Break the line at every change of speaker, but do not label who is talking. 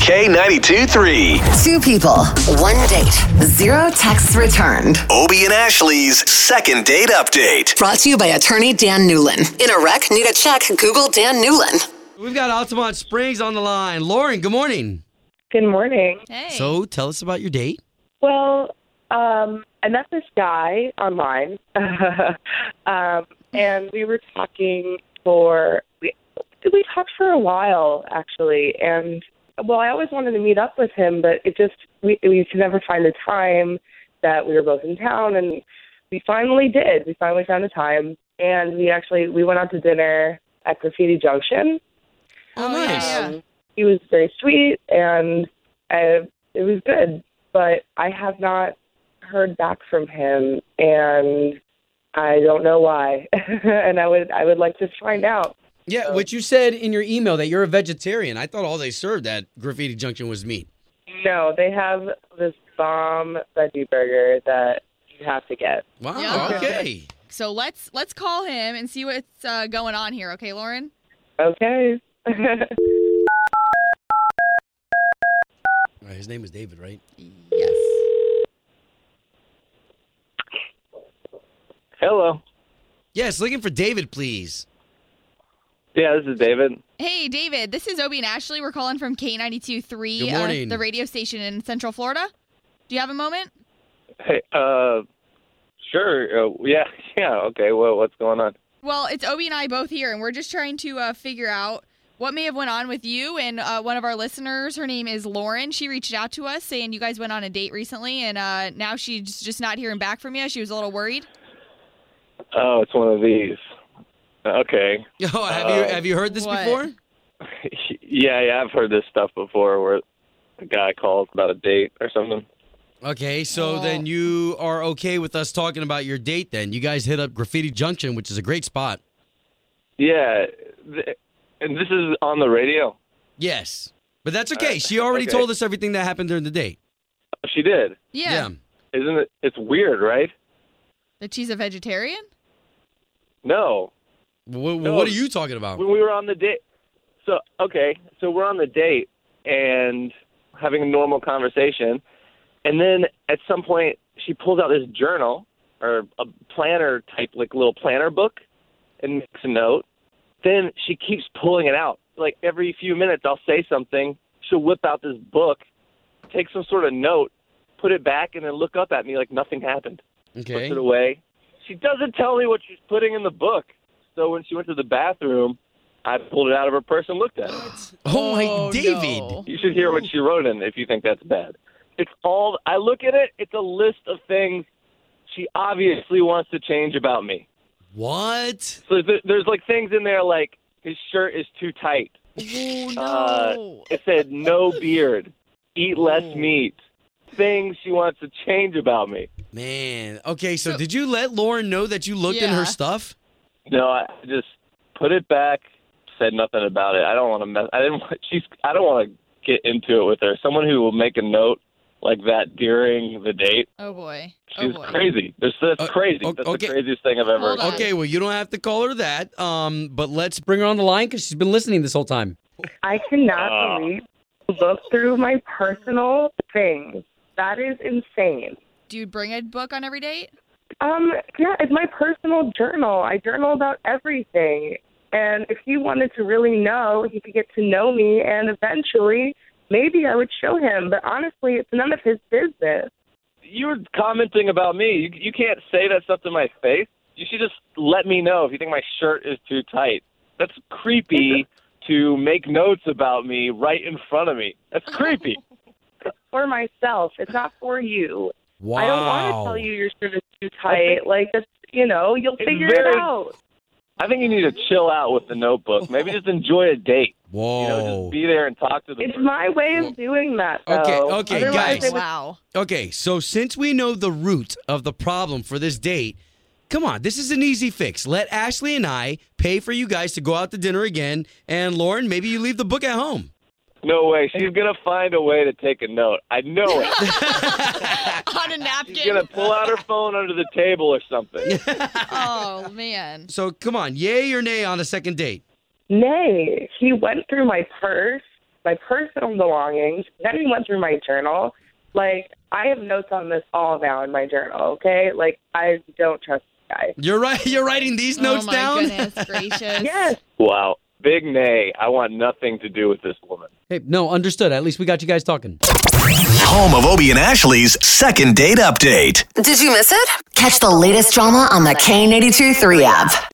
K92 3.
Two people, one date, zero texts returned.
Obie and Ashley's second date update.
Brought to you by attorney Dan Newlin. In a wreck, need a check, Google Dan Newlin.
We've got Altamont Springs on the line. Lauren, good morning.
Good morning.
Hey.
So tell us about your date.
Well, um, I met this guy online, um, and we were talking for we we talked for a while actually, and well, I always wanted to meet up with him, but it just we we could never find a time that we were both in town, and we finally did. We finally found a time, and we actually we went out to dinner at Graffiti Junction,
Oh,
Oh,
nice.
yeah.
um, he was very sweet, and I, it was good. But I have not heard back from him, and I don't know why. and I would I would like to find out.
Yeah, which you said in your email that you're a vegetarian. I thought all they served at Graffiti Junction was meat.
No, they have this bomb veggie burger that you have to get.
Wow.
Yeah.
Okay.
So let's let's call him and see what's uh, going on here. Okay, Lauren.
Okay.
All right, his name is David, right?
Yes.
Hello.
Yes, looking for David, please.
Yeah, this is David.
Hey, David. This is Obie and Ashley. We're calling from K ninety two three,
Good morning.
the radio station in Central Florida. Do you have a moment?
Hey, uh, sure. Uh, yeah, yeah. Okay. Well, what's going on?
Well, it's Obie and I both here, and we're just trying to uh, figure out what may have went on with you and uh, one of our listeners. Her name is Lauren. She reached out to us saying you guys went on a date recently, and uh, now she's just not hearing back from you. She was a little worried.
Oh, it's one of these. Okay.
Oh, have you
Uh,
have you heard this
What?
before?
yeah, yeah. I've heard this stuff before, where a guy calls about a date or something.
Okay, so
Oh.
then you are okay with us talking about your date then. You guys hit up Graffiti Junction, which is a great spot.
Yeah. Th- and this is on the radio.
Yes. But that's okay.
Uh,
she already
okay.
told us everything that happened during the date.
She did.
Yeah.
Isn't it? It's weird, right?
That she's a vegetarian?
No.
Wh-
No.
What are you talking about?
When we were on the date. So okay. So we're on the date and having a normal conversation, and then at some point she pulls out this journal or a planner type like little planner book and makes a note. Then she keeps pulling it out. Like every few minutes, I'll say something. She'll whip out this book, take some sort of note, put it back, and then look up at me like nothing happened
Okay.
puts it away. She doesn't tell me what she's putting in the book. So when she went to the bathroom, I pulled it out of her purse and looked at it.
Oh my
Oh,
David.
no.
You should hear what she wrote in if you think that's bad. It's all I look at it, it's a list of things she obviously wants to change about me.
What?
So th- there's like things in there like his shirt is too tight.
Oh,
Uh,
no.
It said no beard, eat less meat. Things she wants to change about me.
Man. Okay, so,
So-
did you let Lauren know that you looked in
Yeah.
her stuff?
No, I just put it back. Said nothing about it. I don't want to mess. I didn't. Want, she's. I don't want to get into it with her. Someone who will make a note like that during the date.
oh boy. Oh
She's
boy.
crazy. That's, that's
Uh,
crazy.
o-
That's
okay.
the craziest thing I've ever.
Hold on.
Okay, well, you don't have to call her that. Um, but let's bring her on the line because she's been listening this whole time.
I cannot
Ah.
believe you look through my personal things. That is insane.
Do you bring a book on every date?
Um, yeah, it's my personal journal. I journal about everything. And if he wanted to really know, he could get to know me, and eventually, maybe I would show him. But honestly, it's none of his business.
You were commenting about me. You, you can't say that stuff to my face. You should just let me know if you think my shirt is too tight. That's creepy to make notes about me right in front of me. That's creepy.
For myself, it's not for you.
Wow.
I don't want to tell you your shirt is too tight. Like, that's, you know, you'll
It's
figure
very-
it out.
I think you need to chill out with the notebook. Maybe just enjoy a date.
Whoa.
You
Oh.
know, just be there and talk to the
It's
person.
my way of doing that. Though.
Okay, okay,
Otherwise,
guys.
it would-
Wow.
okay, so since we know the root of the problem for this date, come on, this is an easy fix. Let Ashley and I pay for you guys to go out to dinner again. And Lauren, maybe you leave the book at home.
No way. She's gonna find a way to take a note. I know it.
on a napkin.
She's gonna pull out her phone under the table or something.
Oh man.
So come on, yay or nay on a second date?
Nay, he went through my purse. my personal belongings. Then he went through my journal. Like, I have notes on this all now in my journal, okay? Like, I don't trust this guy.
You're right. You're writing these notes
oh my
down.
goodness gracious.
Yes.
Wow. Big nay. I want nothing to do with this woman.
Hey, no, understood. At least we got you guys talking.
Home of Obie and Ashley's second date update.
Did you miss it? Catch the latest drama on the K82 3 app.